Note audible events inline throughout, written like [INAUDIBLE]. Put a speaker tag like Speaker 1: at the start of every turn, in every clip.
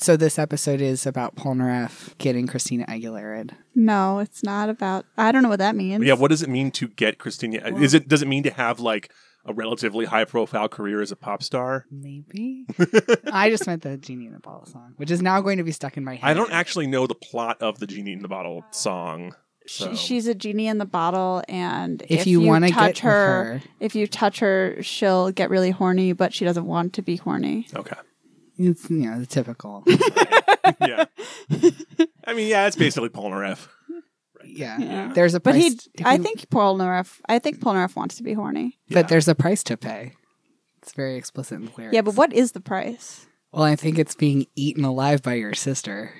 Speaker 1: So this episode is about Paul Naref getting Christina Aguilera.
Speaker 2: No, it's not about. I don't know what that means.
Speaker 3: Yeah, what does it mean to get Christina? uh, Is it does it mean to have like a relatively high profile career as a pop star?
Speaker 1: Maybe. [LAUGHS] I just meant the Genie in the Bottle song, which is now going to be stuck in my head.
Speaker 3: I don't actually know the plot of the genie in the bottle song. So.
Speaker 2: She, she's a genie in the bottle, and
Speaker 1: If you wanna
Speaker 2: touch
Speaker 1: get with her-
Speaker 2: if you touch her, she'll get really horny, but she doesn't want to be horny.
Speaker 3: okay.
Speaker 1: It's, you know, the
Speaker 3: [LAUGHS]
Speaker 1: typical.
Speaker 3: Yeah. [LAUGHS] I mean, yeah, it's basically Polnareff.
Speaker 1: Yeah.
Speaker 2: Yeah.
Speaker 1: There's a
Speaker 2: But
Speaker 1: price.
Speaker 2: he,
Speaker 1: if
Speaker 2: I
Speaker 1: you-
Speaker 2: think Polnareff, I think Polnareff wants to be horny.
Speaker 3: Yeah.
Speaker 1: But there's a price to pay. It's very explicit in the lyrics.
Speaker 2: Yeah, but what is the price?
Speaker 1: Well, I think it's being eaten alive by your
Speaker 3: [LAUGHS]
Speaker 1: sister.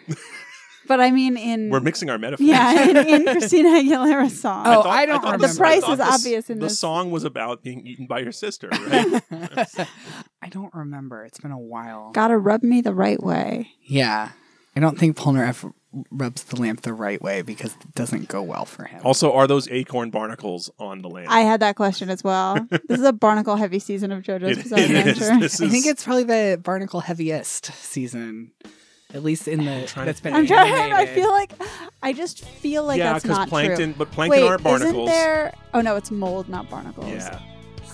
Speaker 2: But I mean, in
Speaker 3: We're mixing our
Speaker 2: [LAUGHS]
Speaker 3: metaphors. [LAUGHS]
Speaker 2: yeah, in, in Christina Aguilera's song.
Speaker 1: Oh, I don't
Speaker 3: thought
Speaker 1: remember.
Speaker 3: this-
Speaker 1: The
Speaker 2: price
Speaker 3: I thought
Speaker 2: is
Speaker 3: this-
Speaker 2: obvious in
Speaker 3: the
Speaker 2: this.
Speaker 3: song was about being eaten by
Speaker 2: [LAUGHS]
Speaker 3: your sister, right?
Speaker 1: I don't remember. It's been a while.
Speaker 2: Gotta rub me the right way.
Speaker 1: Yeah. I don't think Polnareff rubs the lamp the right way because it doesn't go well for him.
Speaker 3: also, are those acorn barnacles on the land?
Speaker 2: I had that question as
Speaker 3: [LAUGHS]
Speaker 2: well. this is a barnacle heavy season of JoJo's
Speaker 3: It-
Speaker 2: Bizarre
Speaker 3: it is.
Speaker 2: Adventure.
Speaker 3: [LAUGHS] This
Speaker 1: I
Speaker 3: is-
Speaker 1: think it's probably the barnacle heaviest season, at least in the
Speaker 3: trying to
Speaker 1: that's been.
Speaker 2: [LAUGHS] I'm trying. I
Speaker 1: animated.
Speaker 2: feel like I just feel like
Speaker 3: yeah,
Speaker 2: that's not
Speaker 3: plankton,
Speaker 2: true.
Speaker 3: but plankton
Speaker 2: Wait,
Speaker 3: aren't barnacles.
Speaker 2: isn't there? Oh no, it's mold, not barnacles.
Speaker 3: Yeah.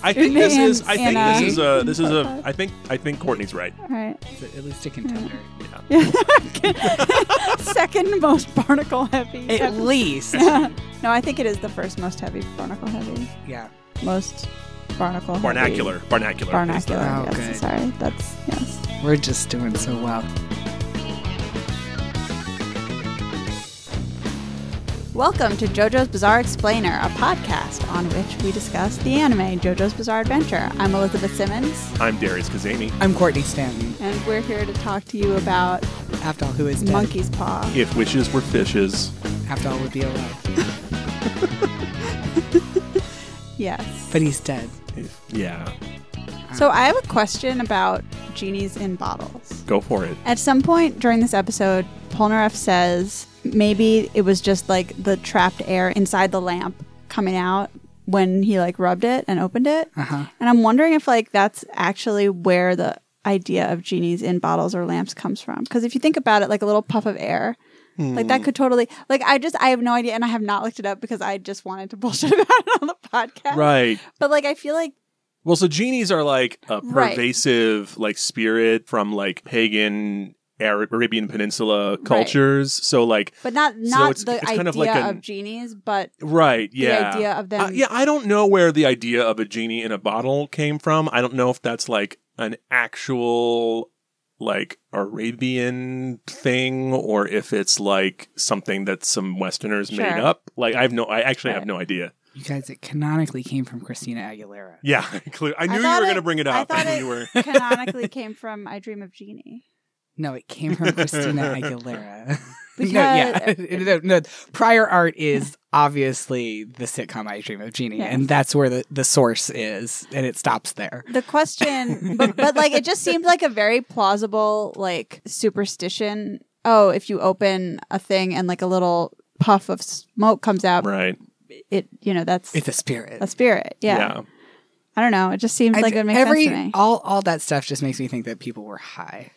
Speaker 3: I think this
Speaker 2: And-
Speaker 3: is. I think
Speaker 2: and,
Speaker 3: this is
Speaker 2: uh,
Speaker 3: a. This is a.
Speaker 2: Popeye.
Speaker 3: I think. I think Courtney's right.
Speaker 2: All right. [LAUGHS]
Speaker 1: It's at least a contender.
Speaker 2: Second most barnacle heavy.
Speaker 1: At least,
Speaker 2: [LAUGHS] no, I think it is the first most heavy barnacle heavy.
Speaker 1: yeah.
Speaker 2: Most barnacle.
Speaker 3: Barnacular. Barnacular.
Speaker 2: Heavy. Barnacular.
Speaker 1: Oh,
Speaker 2: yes.
Speaker 1: good.
Speaker 2: Sorry. That's yes.
Speaker 1: We're just doing so well.
Speaker 2: Welcome to JoJo's Bizarre Explainer, a podcast on which we discuss the anime JoJo's Bizarre Adventure. I'm Elizabeth Simmons,
Speaker 3: I'm Darius Kazemi.
Speaker 1: I'm Courtney Stanton.
Speaker 2: and we're here to talk to you about
Speaker 1: Aftal, who is dead.
Speaker 2: Monkey's Paw.
Speaker 3: If wishes were fishes,
Speaker 1: Aftal would be alive,
Speaker 2: Yes.
Speaker 1: but he's dead.
Speaker 3: if, yeah,
Speaker 2: So I have a question about genies in bottles.
Speaker 3: go for it.
Speaker 2: At some point during this episode, Polnareff says maybe it was just like the trapped air inside the lamp coming out when he like rubbed it and opened it. And I'm wondering if like that's actually where the idea of genies in bottles or lamps comes from. Because if you think about it, like a little puff of air. Like that could totally like I just I have no idea and I have not looked it up because I just wanted to [LAUGHS] bullshit about it on the podcast.
Speaker 3: Right.
Speaker 2: But like I feel like
Speaker 3: Well, so genies are like a
Speaker 2: Right.
Speaker 3: pervasive like spirit from like pagan Arab- Arabian Peninsula cultures. So like
Speaker 2: but not not
Speaker 3: it's-
Speaker 2: the
Speaker 3: it's
Speaker 2: idea
Speaker 3: kind of like an-
Speaker 2: of genies, but
Speaker 3: Right. Yeah.
Speaker 2: idea of them-
Speaker 3: Uh, yeah, I don't know where the idea of a genie in a bottle came from. I don't know if that's like an actual like Arabian thing or if it's like something that some Westerners made
Speaker 2: Sure.
Speaker 3: up. Like I have no. I actually have
Speaker 2: Right.
Speaker 3: no idea.
Speaker 1: You guys, it canonically came from Christina Aguilera.
Speaker 3: Yeah. [LAUGHS] cle- I knew you
Speaker 2: thought
Speaker 3: were
Speaker 2: it-
Speaker 3: going to bring it
Speaker 2: I
Speaker 3: up.
Speaker 2: thought
Speaker 3: knew
Speaker 2: it
Speaker 3: [LAUGHS] you were.
Speaker 2: [LAUGHS] canonically came from I Dream of Jeannie.
Speaker 1: No, it came from Christina
Speaker 2: [LAUGHS]
Speaker 1: Aguilera. [LAUGHS]
Speaker 2: Because-
Speaker 1: no, yeah, no, no, Prior art is obviously the sitcom I Dream of Jeannie,
Speaker 2: Yeah.
Speaker 1: and that's where the, the source is, and it stops there.
Speaker 2: The
Speaker 3: [LAUGHS]
Speaker 2: question, but, but like it just seemed like a very plausible like superstition. Oh, if you open a thing and like a little puff of smoke comes out,
Speaker 3: Right.
Speaker 2: it you know that's
Speaker 1: It's a spirit.
Speaker 2: a spirit. Yeah. Oh
Speaker 3: Yeah.
Speaker 2: I don't know. It just seems
Speaker 1: I-
Speaker 2: like it would make
Speaker 1: every
Speaker 2: sense to me.
Speaker 1: all all that stuff just makes me think that people were high.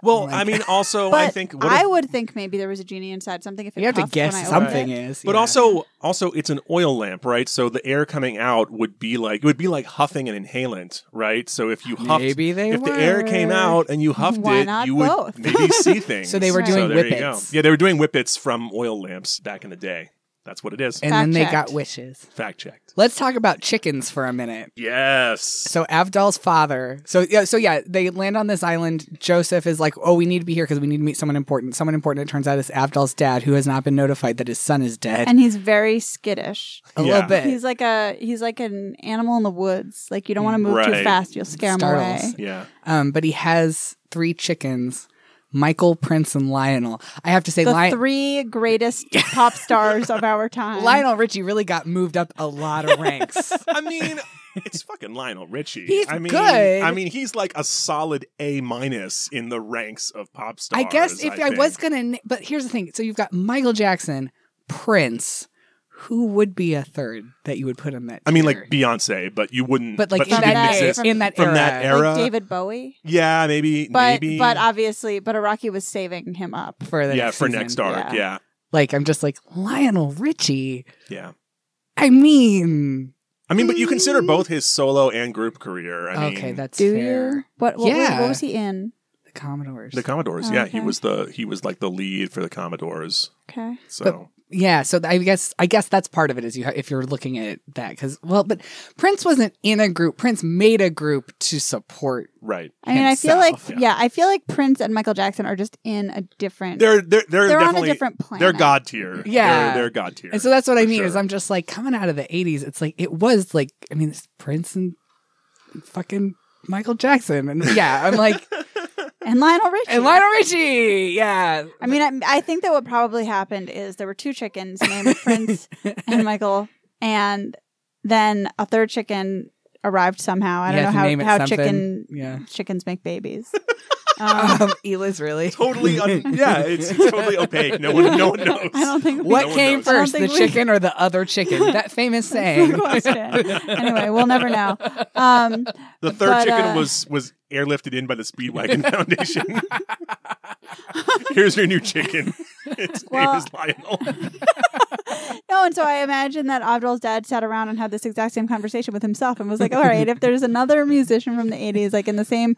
Speaker 3: Well,
Speaker 1: Like-
Speaker 3: I mean, also,
Speaker 2: But
Speaker 3: Oh, I think. What if-
Speaker 2: would think maybe there was a genie inside something. If it
Speaker 1: You have to
Speaker 2: puffed
Speaker 1: guess
Speaker 2: when I opened
Speaker 1: something
Speaker 2: it.
Speaker 1: is,
Speaker 3: But
Speaker 1: yeah.
Speaker 3: also, also, it's an oil lamp, right? So the air coming out would be like it would be like huffing an inhalant, right? So if you huffed,
Speaker 1: Maybe they
Speaker 3: if the air
Speaker 1: were.
Speaker 3: came out and you huffed
Speaker 2: Why
Speaker 3: it,
Speaker 2: not
Speaker 3: you would
Speaker 2: both?
Speaker 3: maybe
Speaker 1: [LAUGHS]
Speaker 3: see things.
Speaker 1: So they were doing
Speaker 3: there you go.
Speaker 1: whippets.
Speaker 3: Yeah, they were doing whippets from oil lamps back in the day. That's what it is.
Speaker 1: and
Speaker 2: Fact
Speaker 1: then they
Speaker 2: checked.
Speaker 1: got wishes.
Speaker 3: Fact checked.
Speaker 1: Let's talk about chickens for a minute.
Speaker 3: Yes.
Speaker 1: So Avdal's father. So yeah, so yeah, they land on this island. Joseph is like, "Oh, we need to be here because we need to meet someone important." Someone important. It turns out is Avdal's dad, who has not been notified that his son is dead.
Speaker 2: And he's very skittish.
Speaker 1: a
Speaker 3: Yeah.
Speaker 1: little bit.
Speaker 2: He's like a he's like an animal in the woods. Like you don't want to move
Speaker 3: Right.
Speaker 2: too fast; you'll scare
Speaker 1: Startles.
Speaker 2: him away.
Speaker 3: Yeah.
Speaker 1: um, but he has three chickens: Michael, Prince, and Lionel. I have to say,
Speaker 2: The
Speaker 1: Lion-
Speaker 2: three greatest pop stars
Speaker 1: [LAUGHS]
Speaker 2: of our time.
Speaker 1: Lionel Richie really got moved up a lot of
Speaker 2: [LAUGHS]
Speaker 1: ranks.
Speaker 3: I mean, it's fucking Lionel Richie.
Speaker 1: He's
Speaker 3: I mean,
Speaker 1: good.
Speaker 3: I mean, he's like a solid A minus in the ranks of pop stars.
Speaker 1: I guess if I,
Speaker 3: think.
Speaker 1: was gonna, na- but here's the thing. So you've got Michael Jackson, Prince, who would be a third that you would put on that?
Speaker 3: I mean,
Speaker 1: tier?
Speaker 3: like Beyonce, but you wouldn't.
Speaker 1: but like in
Speaker 2: from
Speaker 3: she
Speaker 1: that,
Speaker 2: that-
Speaker 1: era,
Speaker 3: exists.
Speaker 2: from-
Speaker 1: in that
Speaker 3: from
Speaker 1: era,
Speaker 3: that era.
Speaker 2: like David Bowie.
Speaker 3: Yeah, maybe.
Speaker 2: But
Speaker 3: maybe.
Speaker 2: but obviously, but Araki was saving him up.
Speaker 1: for the
Speaker 3: yeah,
Speaker 1: next
Speaker 3: for
Speaker 1: season.
Speaker 3: next arc. Yeah.
Speaker 1: Like I'm just like Lionel Richie.
Speaker 3: yeah,
Speaker 1: I mean,
Speaker 3: I mean, but you consider both his solo and group career. I
Speaker 1: okay,
Speaker 3: mean,
Speaker 1: that's
Speaker 2: Do
Speaker 1: fair.
Speaker 2: you? What what, was-
Speaker 1: Yeah.
Speaker 2: what was he in?
Speaker 1: The Commodores.
Speaker 3: the Commodores.
Speaker 2: Oh,
Speaker 3: yeah,
Speaker 2: okay.
Speaker 3: he was the he was like the lead for the Commodores.
Speaker 2: Okay.
Speaker 3: So
Speaker 1: yeah, so I guess I guess that's part of it is you ha- if you're looking at that because well, but Prince wasn't in a group. Prince made a group to support.
Speaker 3: right,
Speaker 2: I mean, I feel like
Speaker 1: Himself,
Speaker 2: yeah.
Speaker 3: yeah.
Speaker 2: I feel like Prince and Michael Jackson are just in a different.
Speaker 3: they're they're they're,
Speaker 2: They're on a
Speaker 3: definitely
Speaker 2: different planet.
Speaker 3: They're god tier.
Speaker 1: Yeah.
Speaker 3: they're, they're god tier.
Speaker 1: And so that's what I
Speaker 3: For
Speaker 1: mean is
Speaker 3: sure.
Speaker 1: I'm just like coming out of the 80s. It's like it was like I mean it's Prince and fucking Michael Jackson and [LAUGHS] yeah I'm
Speaker 3: [LAUGHS]
Speaker 1: like
Speaker 2: and Lionel Richie.
Speaker 1: and Lionel Richie yeah
Speaker 2: I mean, I, I think that what probably happened is there were two chickens named
Speaker 1: [LAUGHS]
Speaker 2: Prince and Michael, and then a third chicken arrived somehow. I
Speaker 1: You
Speaker 2: don't
Speaker 1: have to name
Speaker 2: know
Speaker 1: it
Speaker 2: how, how
Speaker 1: something.
Speaker 2: chicken
Speaker 1: yeah
Speaker 2: chickens
Speaker 1: [LAUGHS]
Speaker 2: make babies. [LAUGHS] Um,
Speaker 1: um, Elis really
Speaker 3: [LAUGHS]
Speaker 2: [LAUGHS]
Speaker 3: totally un- yeah, it's, it's totally opaque. No one no one knows.
Speaker 2: I don't think
Speaker 1: what
Speaker 3: No one
Speaker 1: came
Speaker 3: knows.
Speaker 2: I don't
Speaker 1: first the
Speaker 2: think we- [LAUGHS]
Speaker 1: chicken or the other chicken that famous
Speaker 2: that's the
Speaker 1: saying [LAUGHS]
Speaker 2: question. anyway, we'll never know. Um,
Speaker 3: The third
Speaker 2: But,
Speaker 3: chicken
Speaker 2: uh,
Speaker 3: was was airlifted in by
Speaker 2: [LAUGHS]
Speaker 3: the Speedwagon Foundation. Here's your new chicken. Its
Speaker 2: Well,
Speaker 3: name
Speaker 2: [LAUGHS]
Speaker 3: is Lionel.
Speaker 2: no, Oh, and so I imagine that Abdul's dad sat around and had this exact same conversation with himself and was like, "All right, if there's another musician from the '80s, like in the same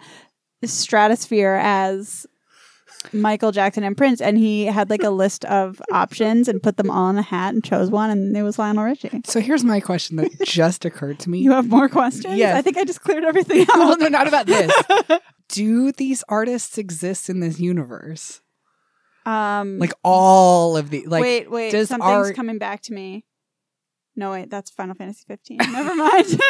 Speaker 2: stratosphere as." Michael Jackson and Prince, and he had like a list of options and put them all in a hat and chose one, and it was Lionel Richie.
Speaker 1: so here's my question that
Speaker 2: [LAUGHS]
Speaker 1: just occurred to me
Speaker 2: You have more questions?
Speaker 1: Yes.
Speaker 2: I think I just cleared everything
Speaker 1: [LAUGHS] well,
Speaker 2: out.
Speaker 1: no, not about
Speaker 2: [LAUGHS]
Speaker 1: this. Do these artists exist in this universe?
Speaker 2: Um,
Speaker 1: Like all of the like.
Speaker 2: wait, wait,
Speaker 1: does
Speaker 2: something's
Speaker 1: art-
Speaker 2: coming back to me. No, wait, that's Final Fantasy 15.
Speaker 1: [LAUGHS]
Speaker 2: Never mind.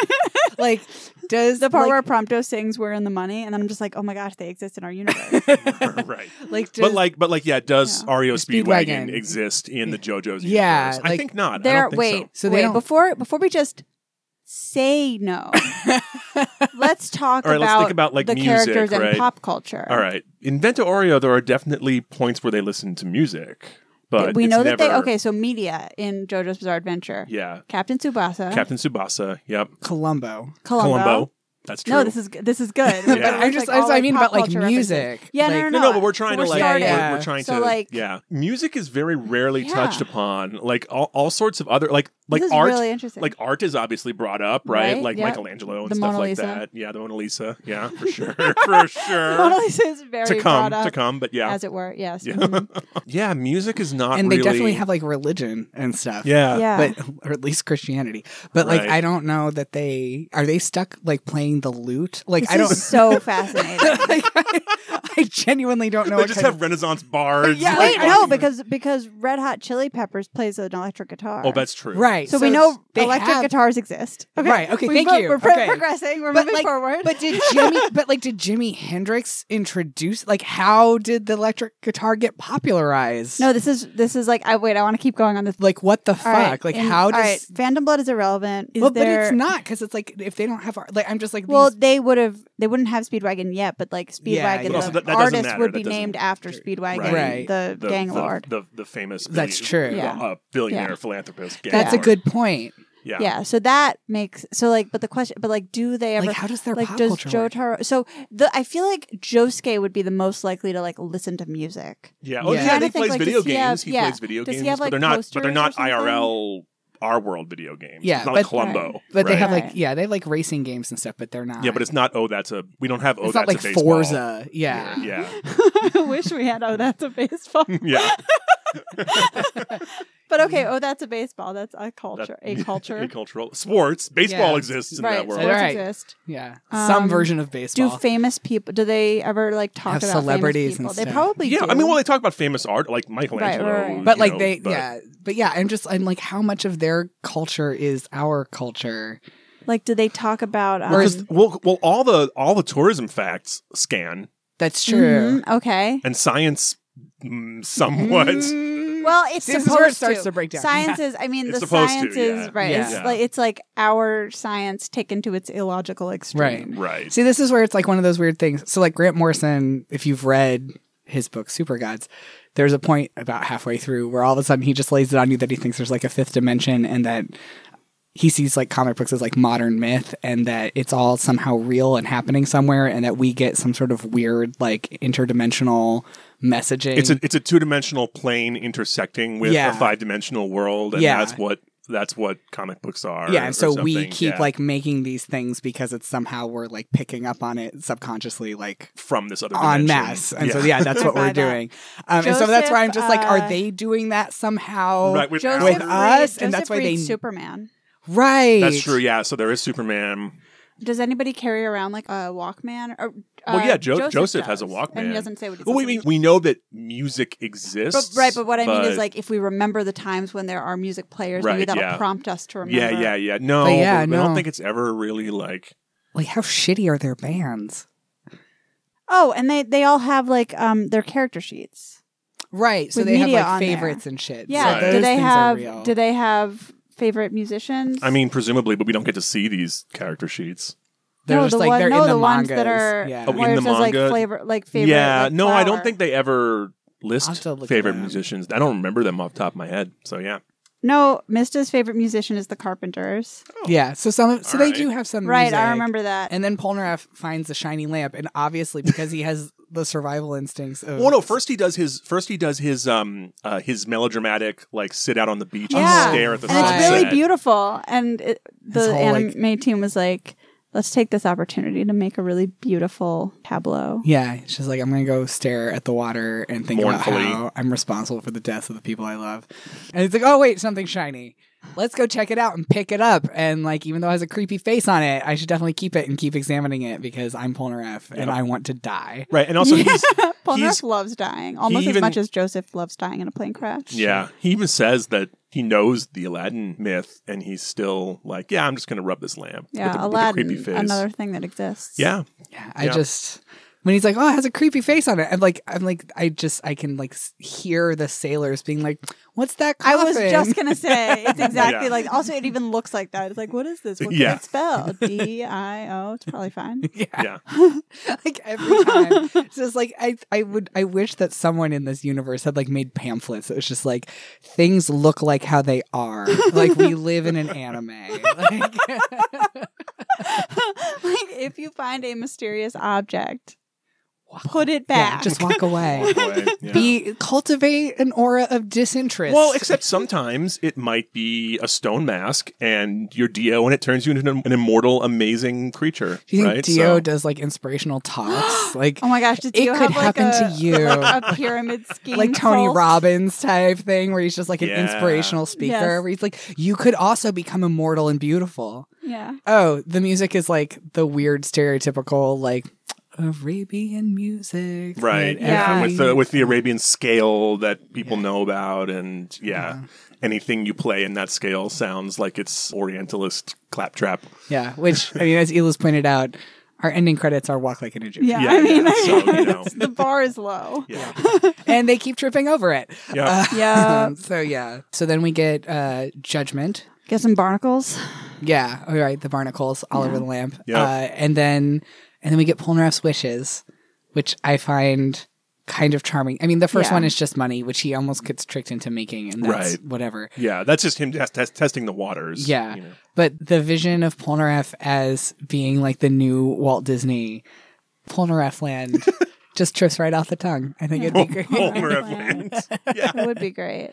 Speaker 1: Like, does
Speaker 2: the part
Speaker 1: like,
Speaker 2: where Prompto sings "We're in the money," and then I'm just like, "Oh my gosh, they exist in our universe." [LAUGHS]
Speaker 3: right.
Speaker 1: [LAUGHS] like, does,
Speaker 3: But like but like yeah, does
Speaker 2: Yeah.
Speaker 3: Ario Speedwagon,
Speaker 1: Speedwagon.
Speaker 3: exist in the JoJo's universe?
Speaker 1: Yeah,
Speaker 3: I
Speaker 1: like,
Speaker 3: think not. I
Speaker 2: there,
Speaker 3: don't think
Speaker 2: wait,
Speaker 1: so. So they
Speaker 2: wait.
Speaker 1: don't-
Speaker 2: Before before we just say
Speaker 3: [LAUGHS]
Speaker 2: no, let's talk
Speaker 3: so. All right, let's
Speaker 2: about,
Speaker 3: think about like
Speaker 2: the
Speaker 3: music,
Speaker 2: characters
Speaker 3: right?
Speaker 2: and pop culture.
Speaker 3: All right. In Vento Oreo there are definitely points where they listen to music. But
Speaker 2: we
Speaker 3: it's
Speaker 2: know that they
Speaker 3: never-
Speaker 2: okay. So media in JoJo's Bizarre Adventure,
Speaker 3: Yeah.
Speaker 2: Captain Tsubasa,
Speaker 3: Captain Tsubasa. Yep.
Speaker 1: Columbo?
Speaker 2: Uh-huh.
Speaker 1: [LAUGHS]
Speaker 2: Columbo.
Speaker 3: That's true.
Speaker 2: No, this is g- this is good.
Speaker 3: [LAUGHS] Yeah. But
Speaker 1: I just, I, just- I mean, about like music.
Speaker 2: Yeah,
Speaker 1: like,
Speaker 2: no,
Speaker 3: no, no, but we're trying
Speaker 2: we're
Speaker 3: to like
Speaker 1: starting.
Speaker 3: we're, we're trying
Speaker 2: So,
Speaker 3: to
Speaker 2: like-
Speaker 3: yeah. Music is very rarely
Speaker 2: Yeah.
Speaker 3: touched upon. Like all, all sorts of other like like
Speaker 2: this is
Speaker 3: art
Speaker 2: really interesting.
Speaker 3: like art is obviously brought up, right?
Speaker 2: Right,
Speaker 3: Like
Speaker 2: yeah.
Speaker 3: Michelangelo and
Speaker 2: The
Speaker 3: stuff
Speaker 2: Mona
Speaker 3: like
Speaker 2: Lisa.
Speaker 3: that. Yeah, the Mona Lisa.
Speaker 2: [LAUGHS]
Speaker 3: Yeah, for sure. for
Speaker 2: [LAUGHS]
Speaker 3: sure.
Speaker 2: Mona Lisa is very
Speaker 3: to come,
Speaker 2: brought up,
Speaker 3: to come, but yeah.
Speaker 2: as it were. Yes.
Speaker 3: Yeah.
Speaker 2: Mhm.
Speaker 3: [LAUGHS] yeah, music is not
Speaker 1: and they
Speaker 3: really-
Speaker 1: definitely have like religion and stuff.
Speaker 3: Yeah.
Speaker 2: Yeah.
Speaker 1: But or at least Christianity. But like,
Speaker 3: Right.
Speaker 1: I don't know that they are they stuck like playing the lute. Like,
Speaker 2: This
Speaker 1: I don't.
Speaker 2: is
Speaker 3: [LAUGHS]
Speaker 2: so fascinating.
Speaker 1: [LAUGHS] like, I, I genuinely don't know.
Speaker 3: They
Speaker 1: what
Speaker 3: just
Speaker 1: kind
Speaker 3: have Renaissance bards.
Speaker 1: Yeah,
Speaker 3: like,
Speaker 2: Wait,
Speaker 1: I
Speaker 2: no,
Speaker 1: don't-
Speaker 2: because because Red Hot Chili Peppers plays an electric guitar.
Speaker 3: Oh, that's true.
Speaker 1: of, right.
Speaker 2: so, we know
Speaker 1: they
Speaker 2: electric
Speaker 1: have-
Speaker 2: guitars exist.
Speaker 1: Right, okay,
Speaker 2: We
Speaker 1: thank
Speaker 2: pro-
Speaker 1: you.
Speaker 2: We're pro-
Speaker 1: Okay.
Speaker 2: progressing. We're
Speaker 1: But,
Speaker 2: moving
Speaker 1: like,
Speaker 2: forward.
Speaker 1: But did Jimmy? but like, did Jimi Hendrix introduce? Like, how did the electric guitar get popularized?
Speaker 2: [LAUGHS] no, this is this is like I wait. I want to keep going on this.
Speaker 1: like what the
Speaker 2: All
Speaker 1: fuck?
Speaker 2: right,
Speaker 1: like,
Speaker 2: and-
Speaker 1: how
Speaker 2: all
Speaker 1: does?
Speaker 2: right, fandom blood is irrelevant? Is
Speaker 1: well,
Speaker 2: there,
Speaker 1: but it's not because it's like if they don't have art, like I'm just like
Speaker 2: Well,
Speaker 1: these,
Speaker 2: they would have. They wouldn't have Speedwagon yet, but like
Speaker 1: Yeah, yeah.
Speaker 2: Speedwagon, the
Speaker 1: But also
Speaker 3: that- that doesn't
Speaker 2: artist
Speaker 3: matter.
Speaker 2: would
Speaker 3: That
Speaker 2: be
Speaker 3: doesn't-
Speaker 2: named after Speedwagon,
Speaker 1: Right.
Speaker 2: the,
Speaker 3: The,
Speaker 2: gang
Speaker 3: the,
Speaker 2: lord.
Speaker 3: The, the famous
Speaker 1: That's
Speaker 3: billion-
Speaker 1: true.
Speaker 2: Yeah.
Speaker 3: uh, billionaire
Speaker 2: Yeah.
Speaker 3: philanthropist. gang
Speaker 1: that's a
Speaker 3: lord.
Speaker 1: good point.
Speaker 3: yeah.
Speaker 2: yeah. so that makes so like. But the question, but like, do they ever
Speaker 1: Like, how does their
Speaker 2: like
Speaker 1: pop
Speaker 2: does
Speaker 1: culture? work?
Speaker 2: Jotaro? So the I feel like Josuke would be the most likely to like listen to music. [LAUGHS]
Speaker 3: Yeah. Oh,
Speaker 1: Yeah.
Speaker 3: yeah.
Speaker 1: Trying
Speaker 2: to
Speaker 3: He
Speaker 2: think,
Speaker 3: plays
Speaker 2: like,
Speaker 3: video
Speaker 2: does he have-
Speaker 3: games. He
Speaker 2: yeah.
Speaker 3: plays video
Speaker 2: Does he
Speaker 3: games.
Speaker 2: have, like,
Speaker 3: but they're not. But they're not
Speaker 2: posters or something?
Speaker 3: IRL, our world video games.
Speaker 1: Yeah,
Speaker 3: It's not
Speaker 1: but-
Speaker 3: like Columbo.
Speaker 1: But they
Speaker 3: right?
Speaker 1: have like
Speaker 2: Right.
Speaker 1: yeah, they have like racing games and stuff, but they're not.
Speaker 3: Yeah, but it's not. Oh, that's a. We don't have. Oh,
Speaker 1: it's
Speaker 3: that's
Speaker 1: not like
Speaker 3: a baseball.
Speaker 1: Forza. Yeah.
Speaker 3: Yeah.
Speaker 2: I wish we had. Oh, that's a baseball.
Speaker 3: Yeah.
Speaker 2: But okay. Oh, that's a baseball. That's a culture.
Speaker 3: Mm-hmm. That- [LAUGHS]
Speaker 2: a culture.
Speaker 3: A cultural sports. Baseball
Speaker 1: Yeah.
Speaker 3: exists in that
Speaker 2: right.
Speaker 3: world.
Speaker 2: Sports
Speaker 1: Alright.
Speaker 2: exist.
Speaker 1: yeah, some
Speaker 2: Um,
Speaker 1: version of
Speaker 2: Do
Speaker 1: baseball.
Speaker 2: famous people? Do they ever like talk
Speaker 1: Have
Speaker 2: about
Speaker 1: celebrities
Speaker 2: Famous people?
Speaker 1: and
Speaker 2: they
Speaker 1: stuff.
Speaker 2: probably
Speaker 3: Yeah,
Speaker 2: do.
Speaker 3: I mean, well, they talk about famous art like Michelangelo,
Speaker 2: right.
Speaker 1: but
Speaker 3: Um, you
Speaker 1: like
Speaker 3: know,
Speaker 1: they
Speaker 3: but-
Speaker 1: yeah, but yeah, I'm just I'm like how much of their culture is our culture?
Speaker 2: like, do they talk about? Um,
Speaker 3: Well, 'cause- well, well, all the all the tourism facts scan
Speaker 1: That's true.
Speaker 2: mhm, okay.
Speaker 3: and science mm, somewhat.
Speaker 1: Mm.
Speaker 2: Well, it's
Speaker 1: This is
Speaker 2: supposed
Speaker 1: where it starts to break down.
Speaker 2: Science is. I mean,
Speaker 3: Mm-hmm. It's
Speaker 2: the
Speaker 3: supposed to,
Speaker 2: science
Speaker 3: yeah.
Speaker 2: is right. It's
Speaker 1: Yeah.
Speaker 2: like it's like our science taken to its illogical extreme.
Speaker 1: Right.
Speaker 3: Right.
Speaker 1: See, this is where it's like one of those weird things. So, like Grant Morrison, if you've read his book Super Gods, there's a point about halfway through where all of a sudden he just lays it on you that he thinks there's like a fifth dimension and that he sees like comic books as like modern myth and that it's all somehow real and happening somewhere and that we get some sort of weird like interdimensional messaging.
Speaker 3: It's a it's a two dimensional plane intersecting with
Speaker 1: Yeah.
Speaker 3: a five dimensional world, and
Speaker 1: Yeah.
Speaker 3: that's what that's what comic books are.
Speaker 1: yeah,
Speaker 3: or
Speaker 1: and so we
Speaker 3: something.
Speaker 1: keep
Speaker 3: Yeah.
Speaker 1: like making these things because it's somehow we're like picking up on it subconsciously, like
Speaker 3: from this other
Speaker 1: en
Speaker 3: dimension.
Speaker 1: masse. And so, yeah, that's what
Speaker 2: [LAUGHS] By
Speaker 1: we're
Speaker 2: that.
Speaker 1: doing. Um, and so that's why I'm just like,
Speaker 2: Joseph, uh,
Speaker 1: are they doing that somehow?
Speaker 3: Right, with
Speaker 2: Joseph
Speaker 3: Al.
Speaker 1: with us, and
Speaker 2: Reed- Joseph
Speaker 1: that's why
Speaker 2: Reed
Speaker 1: they-
Speaker 2: Superman.
Speaker 1: Right.
Speaker 3: that's true. Yeah, so there is Superman.
Speaker 2: Does anybody carry around like a Walkman? Or, uh,
Speaker 3: Well, yeah, Jo- Joseph has a
Speaker 2: does,
Speaker 3: Walkman.
Speaker 2: and he doesn't say what he's.
Speaker 3: Well, we
Speaker 2: listening
Speaker 3: mean
Speaker 2: to.
Speaker 3: we know that music exists,
Speaker 2: But, right, but what I mean is like if we remember the times when there are music players, maybe
Speaker 3: Right,
Speaker 2: that'll
Speaker 3: yeah.
Speaker 2: prompt us to remember.
Speaker 3: yeah, yeah, yeah. No,
Speaker 1: But yeah,
Speaker 3: but I don't
Speaker 1: no.
Speaker 3: think it's ever really like
Speaker 1: Like, how shitty are their bands?
Speaker 2: Oh, and they they all have like um their character sheets.
Speaker 1: Right. So
Speaker 2: With
Speaker 1: they have
Speaker 2: media
Speaker 1: like
Speaker 2: on there.
Speaker 1: favorites and shit.
Speaker 2: Yeah.
Speaker 3: Right.
Speaker 1: So those
Speaker 2: Do they
Speaker 1: things
Speaker 2: have
Speaker 1: are real.
Speaker 2: do they have favorite musicians?
Speaker 3: I mean, presumably, but we don't get to see these character sheets.
Speaker 1: They're
Speaker 2: no,
Speaker 1: just
Speaker 2: the
Speaker 1: like
Speaker 2: one,
Speaker 1: they're
Speaker 2: no,
Speaker 1: in the,
Speaker 2: the ones
Speaker 1: mangas.
Speaker 2: that are
Speaker 1: yeah.
Speaker 3: Oh, in
Speaker 2: where it
Speaker 3: the
Speaker 2: says, like
Speaker 3: manga?
Speaker 2: flavor like favorite.
Speaker 3: yeah,
Speaker 2: like,
Speaker 3: no, I don't
Speaker 2: flower.
Speaker 3: think they ever
Speaker 1: I'll have
Speaker 3: list
Speaker 1: to look
Speaker 3: favorite
Speaker 1: it up.
Speaker 3: musicians. I don't remember them off the top of my head. So yeah,
Speaker 2: No, Mista's favorite musician is the Carpenters.
Speaker 1: Yeah. So some of, so
Speaker 3: All
Speaker 1: they
Speaker 3: right.
Speaker 1: do have some
Speaker 2: Right, I
Speaker 1: Mm-hmm. music.
Speaker 2: remember that.
Speaker 1: And then Polnareff finds the shiny lamp, and obviously because he has the survival instincts of
Speaker 3: Well, Oh, no. First he does his first he does his um uh, his melodramatic like sit out on the beach
Speaker 2: Yeah.
Speaker 3: and stare at the
Speaker 2: and it's
Speaker 3: sunset.
Speaker 2: really beautiful. And it, the
Speaker 1: whole, like-
Speaker 2: anime team was like, "Let's take this opportunity to make a really beautiful tableau."
Speaker 1: Yeah, she's like, I'm gonna go stare at the water and think
Speaker 3: Mournfully.
Speaker 1: about how I'm responsible for the deaths of the people I love. And it's like, oh wait, something shiny. Let's go check it out and pick it up. And like, even though it has a creepy face on it, I should definitely keep it and keep examining it because I'm Polnareff and I want to die.
Speaker 3: Right, and
Speaker 2: [LAUGHS]
Speaker 3: also he's
Speaker 2: Polnareff
Speaker 3: He's-
Speaker 2: loves dying almost as
Speaker 3: even-
Speaker 2: much as Joseph loves dying in a plane crash.
Speaker 3: yeah. He even says that he knows the Aladdin myth, and he's still like, yeah, I'm just gonna rub this lamp.
Speaker 2: yeah.
Speaker 3: with a, with a
Speaker 2: Aladdin,
Speaker 3: creepy face.
Speaker 2: another thing that exists. [LAUGHS]
Speaker 3: Yeah,
Speaker 1: Yeah, I
Speaker 3: Yeah.
Speaker 1: just when he's like, oh, it has a creepy face on it. I'm like, I'm like, I just I can like s- hear the sailors being like, what's that?
Speaker 2: I
Speaker 1: Coffin?
Speaker 2: was just gonna say
Speaker 3: [LAUGHS]
Speaker 2: it's exactly
Speaker 3: Yeah.
Speaker 2: like. Also, it even looks like that. It's like, what is this? What can
Speaker 3: Yeah.
Speaker 2: it spell? D I O. It's probably fine.
Speaker 3: [LAUGHS] yeah.
Speaker 1: [LAUGHS] like every time. it's just like I I would I wish that someone in this universe had like made pamphlets that was just like things look like how they are. like we live in an anime. [LAUGHS] Like,
Speaker 2: [LAUGHS] like, if you find a mysterious object, put it back.
Speaker 1: Yeah, just walk away.
Speaker 3: Boy, yeah.
Speaker 1: Be cultivate an aura of disinterest.
Speaker 3: Well, except sometimes it might be a stone mask and your Dio, and it turns you into an, an immortal, amazing creature.
Speaker 1: do you think
Speaker 3: right?
Speaker 1: Dio
Speaker 3: So-
Speaker 1: does like inspirational
Speaker 2: [GASPS]
Speaker 1: talks? Like
Speaker 2: oh my gosh, did
Speaker 1: it
Speaker 2: you
Speaker 1: could
Speaker 2: have like
Speaker 1: happen
Speaker 2: a,
Speaker 1: to you.
Speaker 2: like a
Speaker 1: [LAUGHS]
Speaker 2: pyramid scheme,
Speaker 1: like Tony
Speaker 2: cult?
Speaker 1: Robbins type thing where he's just like an
Speaker 3: Yeah.
Speaker 1: inspirational speaker
Speaker 2: Yes.
Speaker 1: where he's like, You could also become immortal and beautiful.
Speaker 2: Yeah,
Speaker 1: Oh, the music is like the weird stereotypical like Arabian music,
Speaker 3: right?
Speaker 1: that
Speaker 2: Yeah.
Speaker 1: every-
Speaker 3: With the with the Arabian scale that people know about, and yeah, anything you play in that scale sounds like it's Orientalist claptrap.
Speaker 1: yeah. Which I mean, as Elis pointed out, our ending credits are "Walk Like an Egyptian,"
Speaker 2: yeah.
Speaker 3: Yeah,
Speaker 2: I mean,
Speaker 3: yeah,
Speaker 2: [LAUGHS]
Speaker 3: so, you know.
Speaker 2: the bar is low.
Speaker 3: Yeah,
Speaker 1: [LAUGHS] and they keep tripping over it.
Speaker 3: [LAUGHS] yeah.
Speaker 2: Yeah,
Speaker 1: Um, so yeah, so then we get uh, Judgment.
Speaker 2: get some barnacles.
Speaker 1: Yeah, all right, the barnacles all over the lamp.
Speaker 3: Yeah.
Speaker 1: Uh, and then and then we get Polnareff's wishes, which I find kind of charming. I mean, the first
Speaker 2: Yeah.
Speaker 1: one is just money, which he almost gets tricked into making, and that's
Speaker 3: Right.
Speaker 1: whatever.
Speaker 3: yeah. That's just him test, test, testing the waters.
Speaker 1: Yeah.
Speaker 3: you know.
Speaker 1: But the vision of Polnareff as being like the new Walt Disney Polnareff
Speaker 3: [LAUGHS]
Speaker 1: land just trips right off the tongue. I think it'd be great. [LAUGHS]
Speaker 3: Homer of Land.
Speaker 2: [LAUGHS]
Speaker 3: Yeah.
Speaker 2: It would be [LAUGHS] great.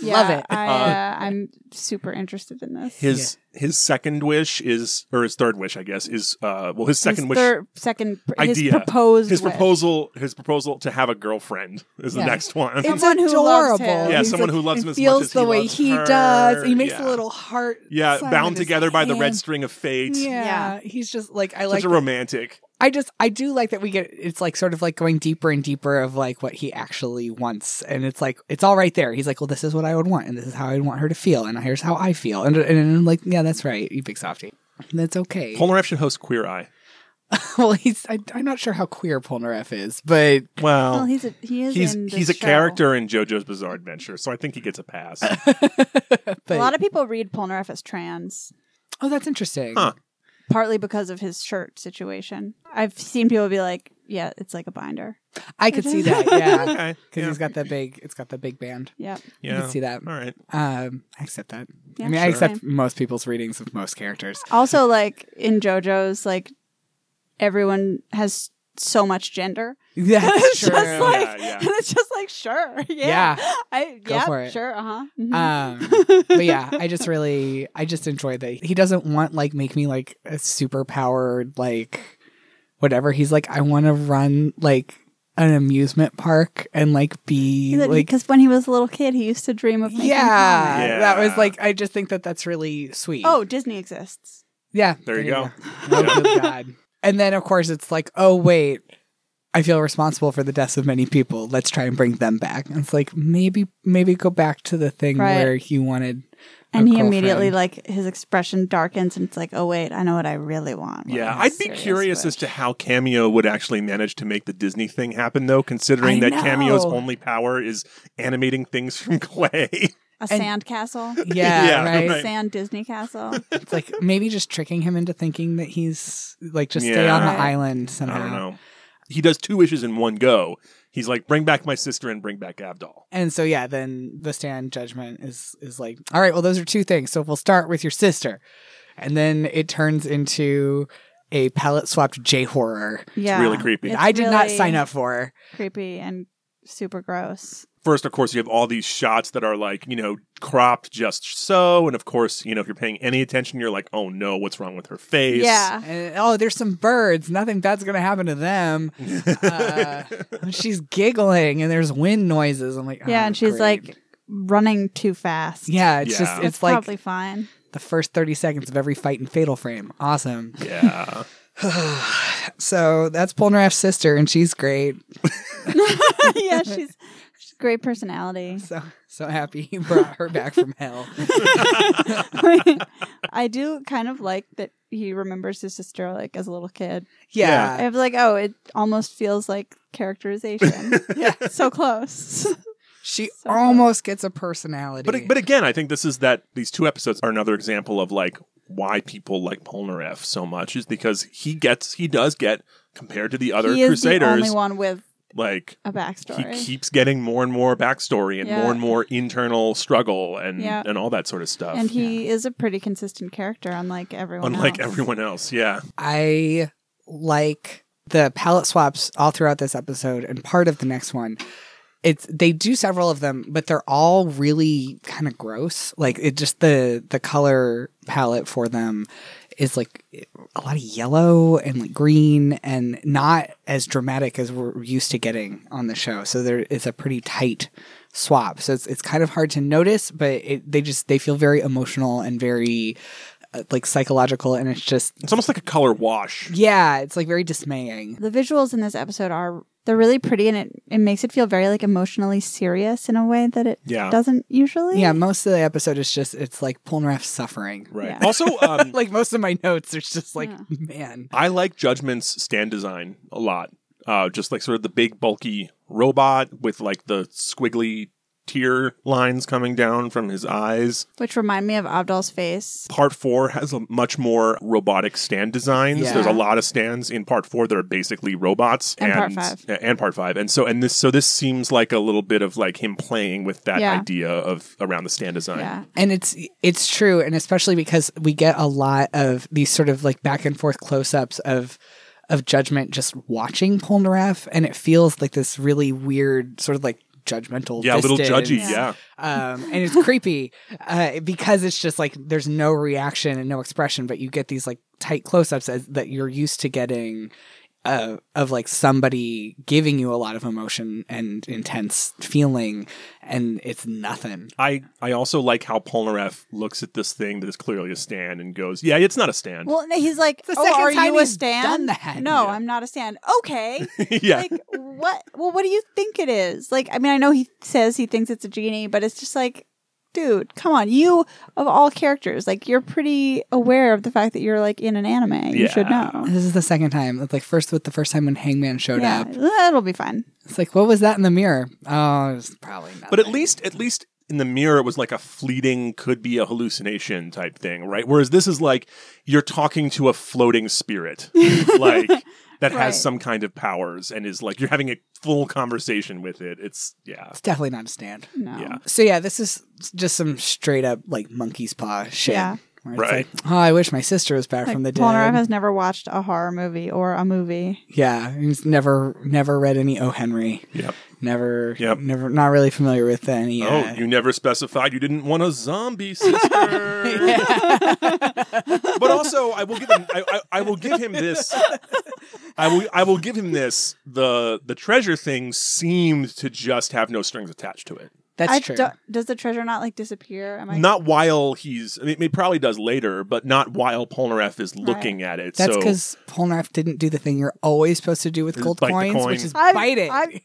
Speaker 2: Yeah,
Speaker 1: Love it.
Speaker 2: I, uh, I'm super interested in this.
Speaker 3: His his second wish is, or his third wish, I guess, is uh, well, his second
Speaker 2: his
Speaker 3: wish
Speaker 2: third- second pr- his
Speaker 3: idea,
Speaker 2: proposed
Speaker 3: his
Speaker 2: wish.
Speaker 3: proposal, his proposal to have a girlfriend is
Speaker 1: Yeah.
Speaker 3: the next one.
Speaker 1: It's
Speaker 2: Someone who loves
Speaker 1: adorable.
Speaker 2: him.
Speaker 3: Yeah,
Speaker 1: He's
Speaker 3: someone
Speaker 1: like-
Speaker 3: who loves
Speaker 1: and
Speaker 3: him as much
Speaker 1: feels
Speaker 3: as he
Speaker 1: the way
Speaker 3: loves
Speaker 1: he
Speaker 3: her.
Speaker 1: does. He makes a
Speaker 3: Yeah.
Speaker 1: little heart.
Speaker 3: [LAUGHS] yeah,
Speaker 1: sign
Speaker 3: bound
Speaker 1: with his
Speaker 3: together by the red
Speaker 1: hand.
Speaker 3: string of fate.
Speaker 1: Yeah.
Speaker 2: Yeah.
Speaker 1: he's just like I
Speaker 3: Such
Speaker 1: like.
Speaker 3: a romantic.
Speaker 1: I just I do like that we get. It's like sort of like going deeper and deeper of like what he actually wants, and it's like it's all right there. He's like, well, this is what I would want, and this is how I would want her to feel, and here's how I feel, and and, I'm like, yeah, that's right, you big softy. That's okay.
Speaker 3: Polnareff should host Queer Eye.
Speaker 1: [LAUGHS] well, he's I, I'm not sure how queer Polnareff is, but
Speaker 3: Well,
Speaker 2: Well, he's a, he is
Speaker 3: he's
Speaker 2: in this
Speaker 3: he's a
Speaker 2: show.
Speaker 3: character in JoJo's Bizarre Adventure, so I think he gets a pass.
Speaker 1: [LAUGHS] but
Speaker 2: [LAUGHS] A lot of people read Polnareff as trans,
Speaker 1: oh, that's interesting.
Speaker 3: Huh.
Speaker 2: partly because of his shirt situation. I've seen people be like, yeah, it's like a binder.
Speaker 1: I could see that,
Speaker 2: [LAUGHS]
Speaker 1: yeah,
Speaker 3: Okay.
Speaker 1: because
Speaker 3: yeah.
Speaker 1: he's got the big. It's got the big band.
Speaker 2: Yep.
Speaker 1: I
Speaker 3: Yeah.
Speaker 1: could see that.
Speaker 3: All right.
Speaker 1: Um, I accept that.
Speaker 2: Yeah,
Speaker 1: I mean, I
Speaker 2: sure.
Speaker 1: accept most people's readings of most
Speaker 2: [LAUGHS]
Speaker 1: characters.
Speaker 2: Also, like in JoJo's, like everyone has so much gender.
Speaker 1: Yeah,
Speaker 2: [LAUGHS] it's
Speaker 1: sure.
Speaker 2: just like,
Speaker 3: Yeah, yeah.
Speaker 2: and [LAUGHS] it's just like, sure, [LAUGHS] yeah,
Speaker 1: Yeah.
Speaker 2: I,
Speaker 1: Go
Speaker 2: yeah,
Speaker 1: for it.
Speaker 2: sure, uh huh. [LAUGHS]
Speaker 1: um but yeah i just really i just enjoy that he doesn't want like make me like a super powered like whatever he's like i want to run like an amusement park and like be like
Speaker 2: Because when he was a little kid, he used to dream of making
Speaker 1: yeah,
Speaker 2: comics.
Speaker 3: Yeah.
Speaker 1: that was like i just think that that's really sweet
Speaker 2: Oh, Disney exists.
Speaker 1: yeah
Speaker 3: There you go.
Speaker 1: Oh, good God. and then of course it's like oh wait I feel responsible for the deaths of many people. Let's try and bring them back. And it's like maybe, maybe go back to the thing
Speaker 2: Right.
Speaker 1: where he wanted. a
Speaker 2: And he
Speaker 1: girlfriend.
Speaker 2: immediately like his expression darkens, and it's like, oh wait, I know what I really want. when
Speaker 3: Yeah,
Speaker 2: I'm
Speaker 3: I'd be
Speaker 2: serious
Speaker 3: curious
Speaker 2: with-
Speaker 3: as to how Cameo would actually manage to make the Disney thing happen, though, considering
Speaker 1: I
Speaker 3: that Cameo's
Speaker 1: know.
Speaker 3: only power is animating things from clay. [LAUGHS]
Speaker 2: a
Speaker 1: and-
Speaker 2: sand castle,
Speaker 1: [LAUGHS]
Speaker 2: [LAUGHS]
Speaker 1: Yeah,
Speaker 3: Yeah,
Speaker 1: right.
Speaker 3: right.
Speaker 2: sand Disney castle.
Speaker 1: [LAUGHS] It's like maybe just tricking him into thinking that he's like just stay on the
Speaker 2: Yeah.
Speaker 1: island somehow.
Speaker 3: I don't know. He does two wishes in one go. He's like, bring back my sister and bring back Abdal.
Speaker 1: And so yeah, then the stand judgment is is like, all right, well those are two things. So we'll start with your sister, and then it turns into a palette swapped J horror.
Speaker 2: yeah,
Speaker 3: really creepy.
Speaker 2: It's
Speaker 1: I did not
Speaker 2: really
Speaker 1: sign up for.
Speaker 2: Creepy and super gross.
Speaker 3: First, of course, you have all these shots that are like, you know, cropped just so. And of course, you know, if you're paying any attention, you're like, oh no, what's wrong with her face?
Speaker 2: Yeah,
Speaker 1: And, oh, there's some birds. Nothing bad's gonna happen to them.
Speaker 3: [LAUGHS]
Speaker 1: Uh, she's giggling, and there's wind noises. I'm like,
Speaker 2: yeah,
Speaker 1: oh,
Speaker 2: and she's
Speaker 1: great.
Speaker 2: like running too fast.
Speaker 1: yeah, it's
Speaker 3: Yeah.
Speaker 1: just
Speaker 2: That's
Speaker 1: it's like
Speaker 2: probably fine.
Speaker 1: the first 30 seconds of every fight in Fatal Frame. Awesome.
Speaker 3: Yeah.
Speaker 1: So that's Polnareff's sister, and she's great.
Speaker 2: [LAUGHS] yeah, she's she's
Speaker 1: [LAUGHS]
Speaker 2: great personality.
Speaker 1: So so happy he brought her back from hell. [LAUGHS]
Speaker 2: I do kind of like that he remembers his sister like as a little kid. I
Speaker 1: Yeah,
Speaker 2: was like, oh, it almost feels like characterization.
Speaker 1: yeah.
Speaker 2: so close.
Speaker 1: She
Speaker 2: So good.
Speaker 1: almost gets a personality.
Speaker 3: But but again, I think this is that these two episodes are another example of like why people like Polnareff so much is because he gets he does get compared to the other
Speaker 2: he is
Speaker 3: Crusaders
Speaker 2: the only one with
Speaker 3: like
Speaker 2: a backstory.
Speaker 3: he keeps getting more and more backstory and
Speaker 2: Yeah.
Speaker 3: more and more internal struggle and
Speaker 2: Yeah.
Speaker 3: and all that sort of stuff.
Speaker 2: and he is a pretty consistent character, unlike everyone.
Speaker 3: Unlike
Speaker 2: else.
Speaker 3: everyone else, yeah,
Speaker 1: I like the palette swaps all throughout this episode and part of the next one. It's they do several of them, but they're all really kind of gross. Like it just the the color palette for them is like a lot of yellow and like green and not as dramatic as we're used to getting on the show. So there it's a pretty tight swap. So it's it's kind of hard to notice, but it, they just they feel very emotional and very uh, like psychological and it's just
Speaker 3: it's almost like a color wash.
Speaker 1: yeah, it's like very dismaying.
Speaker 2: The visuals in this episode are they're really pretty, and it it makes it feel very like emotionally serious in a way that it
Speaker 3: Yeah.
Speaker 2: doesn't usually.
Speaker 1: Yeah, most of the episode is just it's like Polnareff suffering.
Speaker 3: Right.
Speaker 2: Yeah. [LAUGHS]
Speaker 3: Also, um,
Speaker 1: Like most of my notes, it's just like
Speaker 2: Yeah.
Speaker 1: man.
Speaker 3: I like Judgment's stand design a lot. Uh, just like sort of the big bulky robot with like the squiggly tear lines coming down from his eyes.
Speaker 2: which remind me of Abdal's face.
Speaker 3: Part four has a much more robotic stand designs.
Speaker 1: Yeah.
Speaker 3: There's a lot of stands in part four that are basically robots,
Speaker 2: And part five.
Speaker 3: a- and part five, and so and this so this seems like a little bit of like him playing with that
Speaker 2: Yeah.
Speaker 3: idea of around the stand design.
Speaker 2: Yeah,
Speaker 1: And it's it's true, and especially because we get a lot of these sort of like back and forth close ups of of judgment just watching Polnareff, and it feels like this really weird sort of like judgmental.
Speaker 3: Yeah, a little
Speaker 1: distance.
Speaker 3: judgy.
Speaker 2: Yeah.
Speaker 3: yeah.
Speaker 1: um, and it's creepy uh, because it's just like there's no reaction and no expression, but you get these like tight close-ups as, that you're used to getting uh, of like somebody giving you a lot of emotion and intense feeling, and it's nothing.
Speaker 3: I, I also like how Polnareff looks at this thing that is clearly a stand and goes, Yeah, it's not a stand. [LAUGHS]
Speaker 2: Well, no, he's like,
Speaker 1: It's the
Speaker 2: "Oh,
Speaker 1: second
Speaker 2: are
Speaker 1: time
Speaker 2: you a
Speaker 1: he's
Speaker 2: stand?"
Speaker 1: done that.
Speaker 2: No,
Speaker 1: Yeah.
Speaker 2: I'm not a stand.
Speaker 1: [LAUGHS]
Speaker 2: Okay,
Speaker 3: yeah.
Speaker 2: like what? Well, what do you think it is? Like, I mean, I know he says he thinks it's a genie, but it's just like, dude, come on, you of all characters, like you're pretty aware of the fact that you're like in an anime. You should
Speaker 3: Yeah.
Speaker 2: know.
Speaker 1: This is the second time. It's like first with the first time when Hangman showed
Speaker 2: Yeah,
Speaker 1: up.
Speaker 2: it'll be fine.
Speaker 1: It's like, what was that in the mirror? Oh, it's probably not.
Speaker 3: but at least at least in the mirror it was like a fleeting could be a hallucination type thing, right? Whereas this is like you're talking to a floating spirit. like that
Speaker 2: Right.
Speaker 3: has some kind of powers and is like you're having a full conversation with it. It's yeah.
Speaker 1: It's definitely not a stand.
Speaker 2: No.
Speaker 3: Yeah.
Speaker 1: So yeah, this is just some straight up like monkey's paw shit.
Speaker 2: Yeah.
Speaker 1: Where it's like,
Speaker 3: Right.
Speaker 1: oh, I wish my sister was back
Speaker 2: Like,
Speaker 1: from the
Speaker 2: Polnareff
Speaker 1: dead.
Speaker 2: has never watched a horror movie or a movie.
Speaker 1: yeah, he's never never read any O. Henry.
Speaker 3: Yep.
Speaker 1: Never.
Speaker 3: Yep.
Speaker 1: Never. Not really familiar with any. uh,
Speaker 3: Oh, you never specified you didn't want a
Speaker 2: [LAUGHS]
Speaker 3: zombie sister. but also, I will give him. I, I, I will give him this. I will. I will give him this. The the treasure thing seemed to just have no strings attached to it.
Speaker 1: that's
Speaker 2: I
Speaker 1: true.
Speaker 2: don't- Does the treasure not like disappear? Am I
Speaker 3: Not while he's. I mean, it probably does later, but not while Polnareff is looking at it.
Speaker 1: That's
Speaker 3: so
Speaker 1: because Polnareff didn't do the thing you're always supposed to do with
Speaker 3: Is
Speaker 1: gold
Speaker 3: bite the
Speaker 1: coins,
Speaker 3: coin.
Speaker 1: which is
Speaker 2: I'm-
Speaker 1: bite it.
Speaker 2: I'm-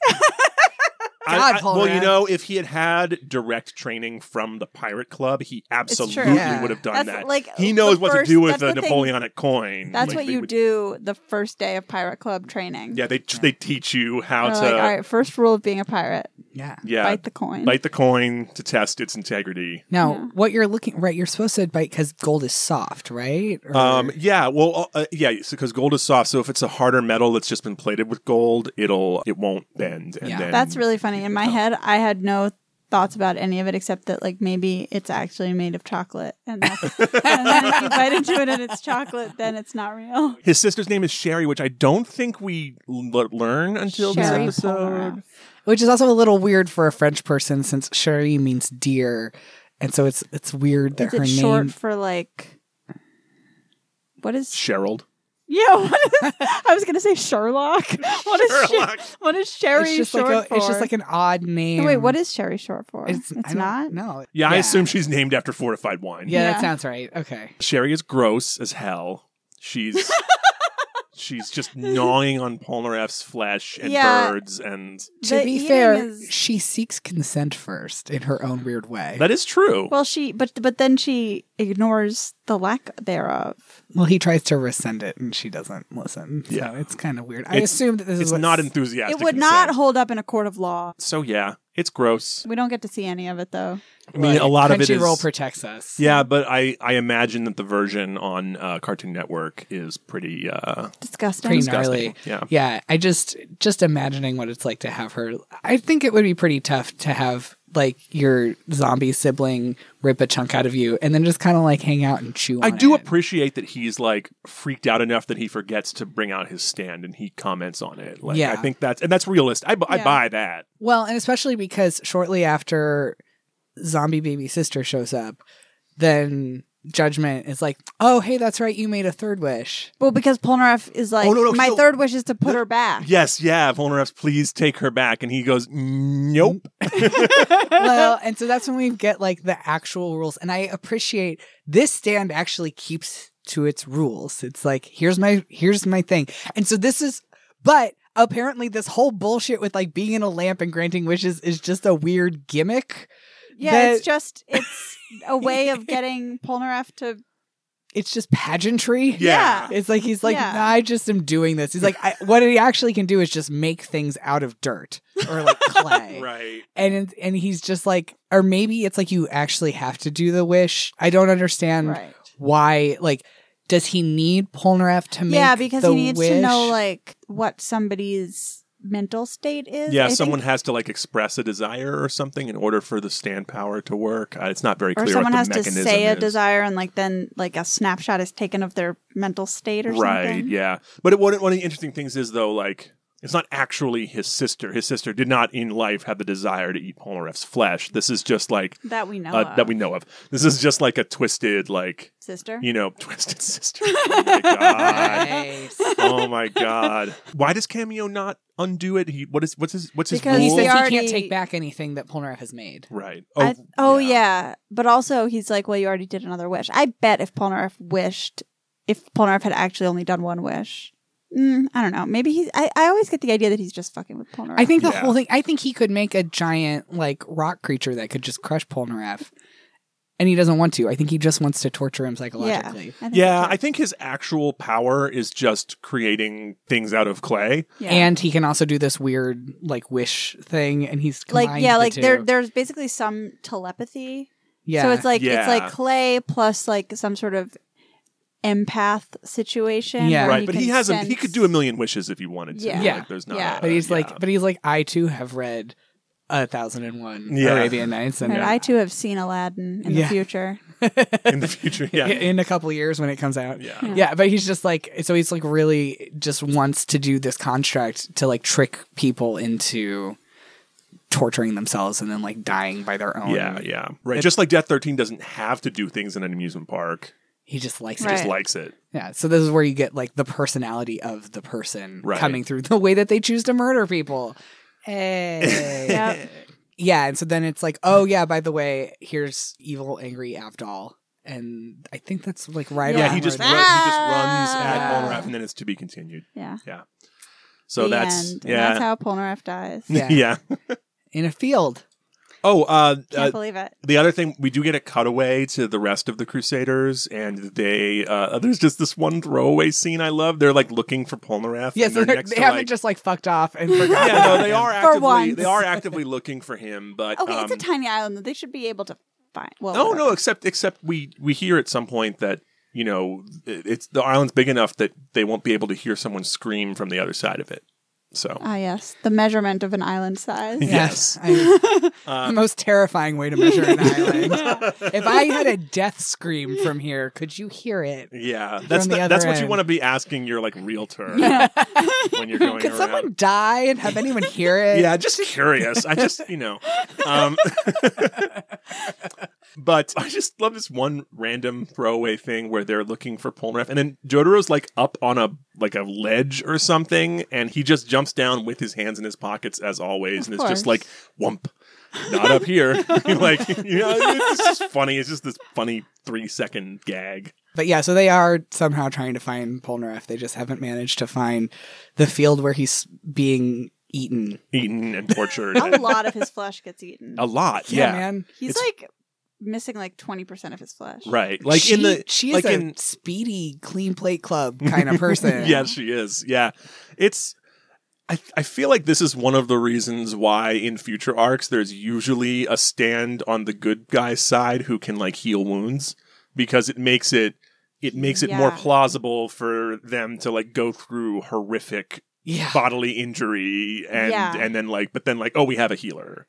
Speaker 1: God,
Speaker 3: I, I,
Speaker 1: Paul
Speaker 3: well,
Speaker 1: Rudd.
Speaker 3: you know, if he had had direct training from the pirate club, he absolutely
Speaker 1: Yeah.
Speaker 3: would have done
Speaker 2: That's
Speaker 3: that.
Speaker 2: like
Speaker 3: he
Speaker 2: the
Speaker 3: knows what
Speaker 2: first-
Speaker 3: to do with
Speaker 2: that's
Speaker 3: a
Speaker 2: the thing-
Speaker 3: Napoleonic coin.
Speaker 2: That's
Speaker 3: Like,
Speaker 2: what
Speaker 3: they
Speaker 2: you
Speaker 3: would-
Speaker 2: do the first day of pirate club training.
Speaker 3: Yeah, they they teach you how
Speaker 2: They're
Speaker 3: to
Speaker 2: like, all right, first rule of being a pirate:
Speaker 1: [LAUGHS] yeah.
Speaker 3: yeah
Speaker 2: bite the coin.
Speaker 3: bite the coin to test its integrity.
Speaker 1: Now, what you're looking right, you're supposed to bite because gold is soft, right? Or-
Speaker 3: Um, yeah, well, uh, yeah, because gold is soft. So if it's a harder metal that's just been plated with gold, it'll it won't bend. And
Speaker 1: Yeah.
Speaker 3: then
Speaker 2: That's really funny. In my head, I had no thoughts about any of it except that like maybe it's actually made of chocolate, and, that's, [LAUGHS] and then if you bite into it and it's chocolate, then it's not real.
Speaker 3: his sister's name is Sherry, which I don't think we l- learn until
Speaker 2: Sherry
Speaker 3: this episode.
Speaker 2: Polnareff.
Speaker 1: which is also a little weird for a French person since Cherie means deer, and so it's it's weird that
Speaker 2: Is
Speaker 1: her
Speaker 2: it
Speaker 1: name.
Speaker 2: short for like what is?
Speaker 3: Sherald.
Speaker 2: Yeah, what is, I was gonna say Sherlock. [LAUGHS] What is [LAUGHS] Sher-
Speaker 3: Sherlock.
Speaker 2: what is Sherry
Speaker 1: it's just
Speaker 2: short
Speaker 1: like a,
Speaker 2: for?
Speaker 1: it's just like an odd name.
Speaker 2: No, wait, what is Sherry short for? It's,
Speaker 1: I don't-
Speaker 2: not.
Speaker 1: No.
Speaker 3: Yeah, I assume she's named after fortified wine.
Speaker 1: Yeah, that
Speaker 2: Yeah.
Speaker 1: sounds right. Okay.
Speaker 3: Sherry is gross as hell.
Speaker 2: [LAUGHS]
Speaker 3: She's she's just gnawing on Polnareff's flesh and
Speaker 2: Yeah.
Speaker 3: birds, and
Speaker 1: To
Speaker 2: The
Speaker 1: be
Speaker 2: eating
Speaker 1: fair,
Speaker 2: is-
Speaker 1: she seeks consent first in her own weird way.
Speaker 3: that is true.
Speaker 2: Well, she but but then she ignores the lack thereof.
Speaker 1: well, he tries to rescind it, and she doesn't listen. So
Speaker 3: Yeah.
Speaker 1: it's kind of weird. I
Speaker 3: It's-
Speaker 1: assume that this
Speaker 3: it's
Speaker 1: is what
Speaker 3: not enthusiastic.
Speaker 2: it would not
Speaker 3: consent.
Speaker 2: hold up in a court of law.
Speaker 3: So yeah, it's gross.
Speaker 2: We don't get to see any of it though.
Speaker 3: I mean, a lot of it is.
Speaker 1: Crunchyroll protects us.
Speaker 3: yeah, but I, I imagine that the version on uh, Cartoon Network is pretty. Uh,
Speaker 2: Disgusting.
Speaker 1: pretty
Speaker 3: Disgusting.
Speaker 1: gnarly.
Speaker 3: Yeah.
Speaker 1: yeah. I just just imagining what it's like to have her. I think it would be pretty tough to have like your zombie sibling rip a chunk out of you and then just kind of like hang out and chew.
Speaker 3: I
Speaker 1: on
Speaker 3: do
Speaker 1: it.
Speaker 3: appreciate that he's like freaked out enough that he forgets to bring out his stand and he comments on it. Like,
Speaker 1: Yeah.
Speaker 3: I think that's and that's realist. I, bu- I
Speaker 2: Yeah.
Speaker 3: buy that.
Speaker 1: well, and especially because shortly after zombie baby sister shows up, then judgment is like, oh hey, that's right, you made a third wish.
Speaker 2: Well, because Polnareff is like
Speaker 3: Oh, no, no,
Speaker 2: my
Speaker 3: so-
Speaker 2: third wish is to put her back.
Speaker 3: Yes, yeah, Polnareff's, please take her back, and he goes, nope.
Speaker 1: well, and so that's when we get like the actual rules. And I appreciate this stand actually keeps to its rules. It's like, here's my here's my thing. And so this is but apparently this whole bullshit with like being in a lamp and granting wishes is just a weird gimmick.
Speaker 2: Yeah,
Speaker 1: That-
Speaker 2: it's just it's
Speaker 3: [LAUGHS]
Speaker 2: a way of getting Polnareff to
Speaker 1: It's just pageantry.
Speaker 3: Yeah.
Speaker 1: It's like he's like,
Speaker 2: Yeah.
Speaker 1: "Nah, I just am doing this. He's like, I, what he actually can do is just make things out of dirt or
Speaker 2: [LAUGHS]
Speaker 1: like clay.
Speaker 3: Right.
Speaker 1: and it's- and he's just like or maybe it's like you actually have to do the wish i don't understand
Speaker 2: right.
Speaker 1: why like does he need polnareff to make
Speaker 2: Yeah, because
Speaker 1: the
Speaker 2: he needs to
Speaker 1: wish?
Speaker 2: know [LAUGHS] like what somebody's mental state is.
Speaker 3: Yeah,
Speaker 2: I think.
Speaker 3: someone has to like express a desire or something in order for the stand power to work. Uh, it's not very
Speaker 2: or
Speaker 3: clear.
Speaker 2: someone
Speaker 3: what
Speaker 2: has
Speaker 3: the
Speaker 2: to
Speaker 3: mechanism
Speaker 2: say a
Speaker 3: is.
Speaker 2: desire and like then like a snapshot is taken of their mental state or
Speaker 3: right
Speaker 2: something.
Speaker 3: yeah but it, one, one of the interesting things is though like it's not actually his sister his sister did not in life have the desire to eat polnareff's flesh this is just like
Speaker 2: That we know
Speaker 3: uh,
Speaker 2: of.
Speaker 3: that we know of this is just like a twisted like
Speaker 2: sister.
Speaker 3: you know [LAUGHS] twisted sister oh my
Speaker 1: [LAUGHS]
Speaker 2: [LAUGHS]
Speaker 3: god
Speaker 1: Nice.
Speaker 3: oh my god why does cameo not undo it he what is what's his what's his
Speaker 2: Because
Speaker 1: he
Speaker 3: rule?
Speaker 1: says he
Speaker 2: already-
Speaker 1: can't take back anything that polnareff has made
Speaker 3: right
Speaker 2: I- Oh, yeah. But also, he's like, well, you already did another wish. I bet if Polnareff wished, if Polnareff had actually only done one wish, mm, I don't know. Maybe he's. I, I always get the idea that he's just fucking with Polnareff.
Speaker 1: i think the
Speaker 3: Yeah.
Speaker 1: whole thing i think he could make a giant like rock creature that could just crush polnareff and he doesn't want to i think he just wants to torture him psychologically
Speaker 2: I think
Speaker 3: yeah
Speaker 2: that's
Speaker 3: i think his actual power is just creating things out of clay
Speaker 2: it. yeah.
Speaker 1: And he can also do this weird like wish thing, and he's
Speaker 2: like
Speaker 1: combined
Speaker 2: yeah,
Speaker 1: the
Speaker 2: like
Speaker 1: two.
Speaker 2: there there's basically some telepathy.
Speaker 1: yeah.
Speaker 2: So it's like it's
Speaker 3: Yeah.
Speaker 2: like clay plus like some sort of empath situation.
Speaker 1: Yeah.
Speaker 2: where
Speaker 3: right, but
Speaker 2: can
Speaker 3: he has a,
Speaker 2: sense-
Speaker 3: he could do a million wishes if he wanted to.
Speaker 2: Yeah.
Speaker 1: Yeah.
Speaker 3: Like, there's not
Speaker 2: Yeah.
Speaker 3: a-
Speaker 1: But he's
Speaker 3: yeah.
Speaker 1: like, but he's like, I too have read a thousand and one
Speaker 3: Yeah.
Speaker 1: Arabian Nights, and
Speaker 2: Right, I too have seen Aladdin in
Speaker 1: Yeah.
Speaker 2: the future.
Speaker 3: [LAUGHS] in
Speaker 1: [LAUGHS]
Speaker 3: the future.
Speaker 1: i-
Speaker 3: Yeah.
Speaker 1: in a couple of years when it comes out.
Speaker 3: Yeah.
Speaker 1: yeah, But he's just like, so he's like really just wants to do this contract to like trick people into torturing themselves and then like dying by their own.
Speaker 3: Yeah, yeah. Right. Just like Death 13 doesn't have to do things in an amusement park.
Speaker 1: He just likes
Speaker 3: He
Speaker 1: it.
Speaker 3: just
Speaker 2: Right.
Speaker 3: likes it.
Speaker 1: Yeah. So this is where you get like the personality of the person
Speaker 3: Right.
Speaker 1: coming through the way that they choose to murder people.
Speaker 3: [LAUGHS]
Speaker 1: Hey.
Speaker 2: Yep.
Speaker 1: Yeah, and so then it's like, oh yeah, by the way, here's evil angry Avdol, and I think that's like right.
Speaker 2: Yeah.
Speaker 3: Yeah,
Speaker 1: around
Speaker 3: he just
Speaker 1: where
Speaker 3: run, he just runs
Speaker 2: Ah.
Speaker 3: at Polnareff and then it's to be continued.
Speaker 2: Yeah.
Speaker 3: So
Speaker 2: The
Speaker 3: that's
Speaker 2: end. And
Speaker 3: yeah.
Speaker 2: That's
Speaker 3: [LAUGHS]
Speaker 2: how Polnareff dies.
Speaker 1: Yeah.
Speaker 3: yeah.
Speaker 1: in a field.
Speaker 3: Oh, uh,
Speaker 2: Can't
Speaker 3: uh
Speaker 2: believe it.
Speaker 3: the other thing we do get a cutaway to the rest of the Crusaders, and they uh, there's just this one throwaway scene I love. They're like looking for Polnareff.
Speaker 1: Yeah,
Speaker 3: and
Speaker 1: so
Speaker 3: they're
Speaker 1: they're- [LAUGHS]
Speaker 3: next
Speaker 1: they
Speaker 3: to,
Speaker 1: haven't
Speaker 3: like-
Speaker 1: just like fucked off
Speaker 3: [LAUGHS]
Speaker 1: and forgotten.
Speaker 3: Yeah, no, they are
Speaker 2: For
Speaker 3: actively
Speaker 2: once.
Speaker 3: they are actively looking for him, but
Speaker 2: Okay,
Speaker 3: um,
Speaker 2: it's a tiny island that they should be able to find. Well,
Speaker 3: No,
Speaker 2: whatever.
Speaker 3: no, except except we we hear at some point that you know it- it's the island's big enough that they won't be able to hear someone scream from the other side of it. So
Speaker 2: Ah, yes, the measurement of an island size.
Speaker 3: Yeah. Yes. [LAUGHS] Uh,
Speaker 1: I- the most terrifying way to measure an island. If I had
Speaker 3: [LAUGHS]
Speaker 1: a death scream from here, could you hear it?
Speaker 3: yeah, that's
Speaker 1: the
Speaker 3: the-
Speaker 1: other
Speaker 3: that's what you
Speaker 1: end.
Speaker 3: want to be asking your like realtor
Speaker 2: Yeah.
Speaker 3: when
Speaker 2: [LAUGHS]
Speaker 3: you're going
Speaker 1: Could
Speaker 3: around.
Speaker 1: someone die and have anyone
Speaker 3: [LAUGHS]
Speaker 1: hear it?
Speaker 3: yeah, just curious. I just you know, um, [LAUGHS] but I just love this one random throwaway thing where they're looking for Polnareff, and then Jotaro's like up on a like a ledge or something, and he just jumps down with his hands in his pockets as always,
Speaker 2: Of
Speaker 3: and it's just
Speaker 2: course.
Speaker 3: like whump. Not up here. [LAUGHS] like, you know, it's just funny. It's just this funny three second gag.
Speaker 1: But yeah, so they are somehow trying to find Polnareff. They just haven't managed to find the field where he's being eaten.
Speaker 3: Eaten and tortured.
Speaker 2: a lot of his flesh gets eaten.
Speaker 3: a lot.
Speaker 1: Yeah,
Speaker 3: Yeah.
Speaker 1: man.
Speaker 2: He's
Speaker 3: It's-
Speaker 2: like missing like twenty percent of his flesh.
Speaker 3: Right. Like
Speaker 1: she,
Speaker 3: in the.
Speaker 1: she is
Speaker 3: like
Speaker 1: a
Speaker 3: in,
Speaker 1: speedy clean plate club kind
Speaker 3: [LAUGHS]
Speaker 1: of person.
Speaker 3: yeah, she is. Yeah, it's. I, I feel like this is one of the reasons why in future arcs there's usually a stand on the good guy's side who can like heal wounds because it makes it it makes it more
Speaker 2: Yeah.
Speaker 3: plausible for them to like go through horrific
Speaker 1: yeah,
Speaker 3: bodily injury and
Speaker 2: Yeah.
Speaker 3: and then like but then like oh we have a healer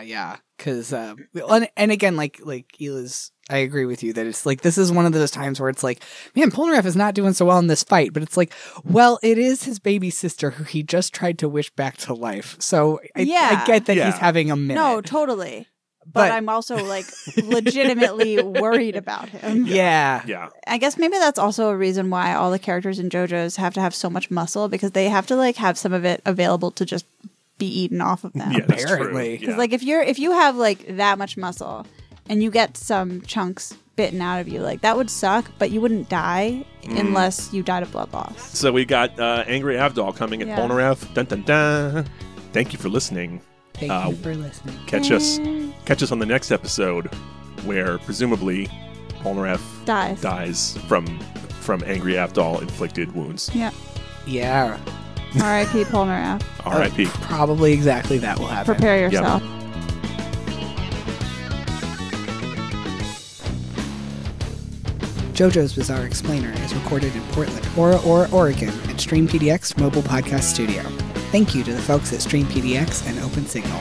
Speaker 1: yeah, yeah. Because uh, and, and again, like like Ela's, I agree with you that it's like this is one of those times where it's like, man, Polnareff is not doing so well in this fight, but it's like, well, it is his baby sister who he just tried to wish back to life. So I,
Speaker 2: Yeah.
Speaker 1: I get that
Speaker 3: Yeah.
Speaker 1: he's having a minute.
Speaker 2: No, totally. But, I'm also
Speaker 3: [LAUGHS]
Speaker 2: like legitimately worried about him.
Speaker 1: yeah,
Speaker 3: yeah
Speaker 2: I guess maybe that's also a reason why all the characters in JoJo's have to have so much muscle because they have to like have some of it available to just be eaten off of them.
Speaker 3: yeah that's true
Speaker 1: Apparently.
Speaker 3: yeah.
Speaker 2: Because Uh, like if you're if you have like that much muscle and you get some chunks bitten out of you, like that would suck, but you wouldn't die unless you died of blood loss.
Speaker 3: so we got uh, angry Avdol coming at
Speaker 2: Yeah.
Speaker 3: Polnareff dun dun dun thank you for listening
Speaker 1: Thank
Speaker 3: Uh,
Speaker 1: you for listening.
Speaker 3: catch us catch us on the next episode where presumably Polnareff
Speaker 2: Dies.
Speaker 3: dies from from angry Abdal inflicted wounds.
Speaker 2: Yeah.
Speaker 1: Yeah,
Speaker 2: R.I.P. Polnareff.
Speaker 1: Oh,
Speaker 3: R.I.P.
Speaker 1: probably exactly that will happen.
Speaker 2: Prepare yourself.
Speaker 1: JoJo's Bizarre Explainer is recorded in Portland, Ora Ora, Oregon at Stream PDX Mobile Podcast Studio. Thank you to the folks at Stream PDX and Open Signal.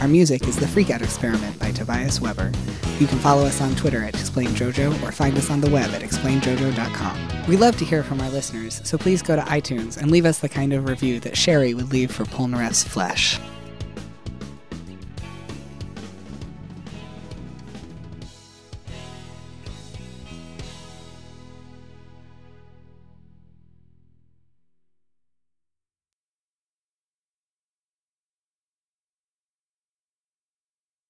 Speaker 1: Our music is The Freakout Experiment by Tobias Weber. You can follow us on Twitter at ExplainJojo or find us on the web at explainjojo.com. We love to hear from our listeners, so please go to iTunes and leave us the kind of review that Sherry would leave for Polnareff's Flesh.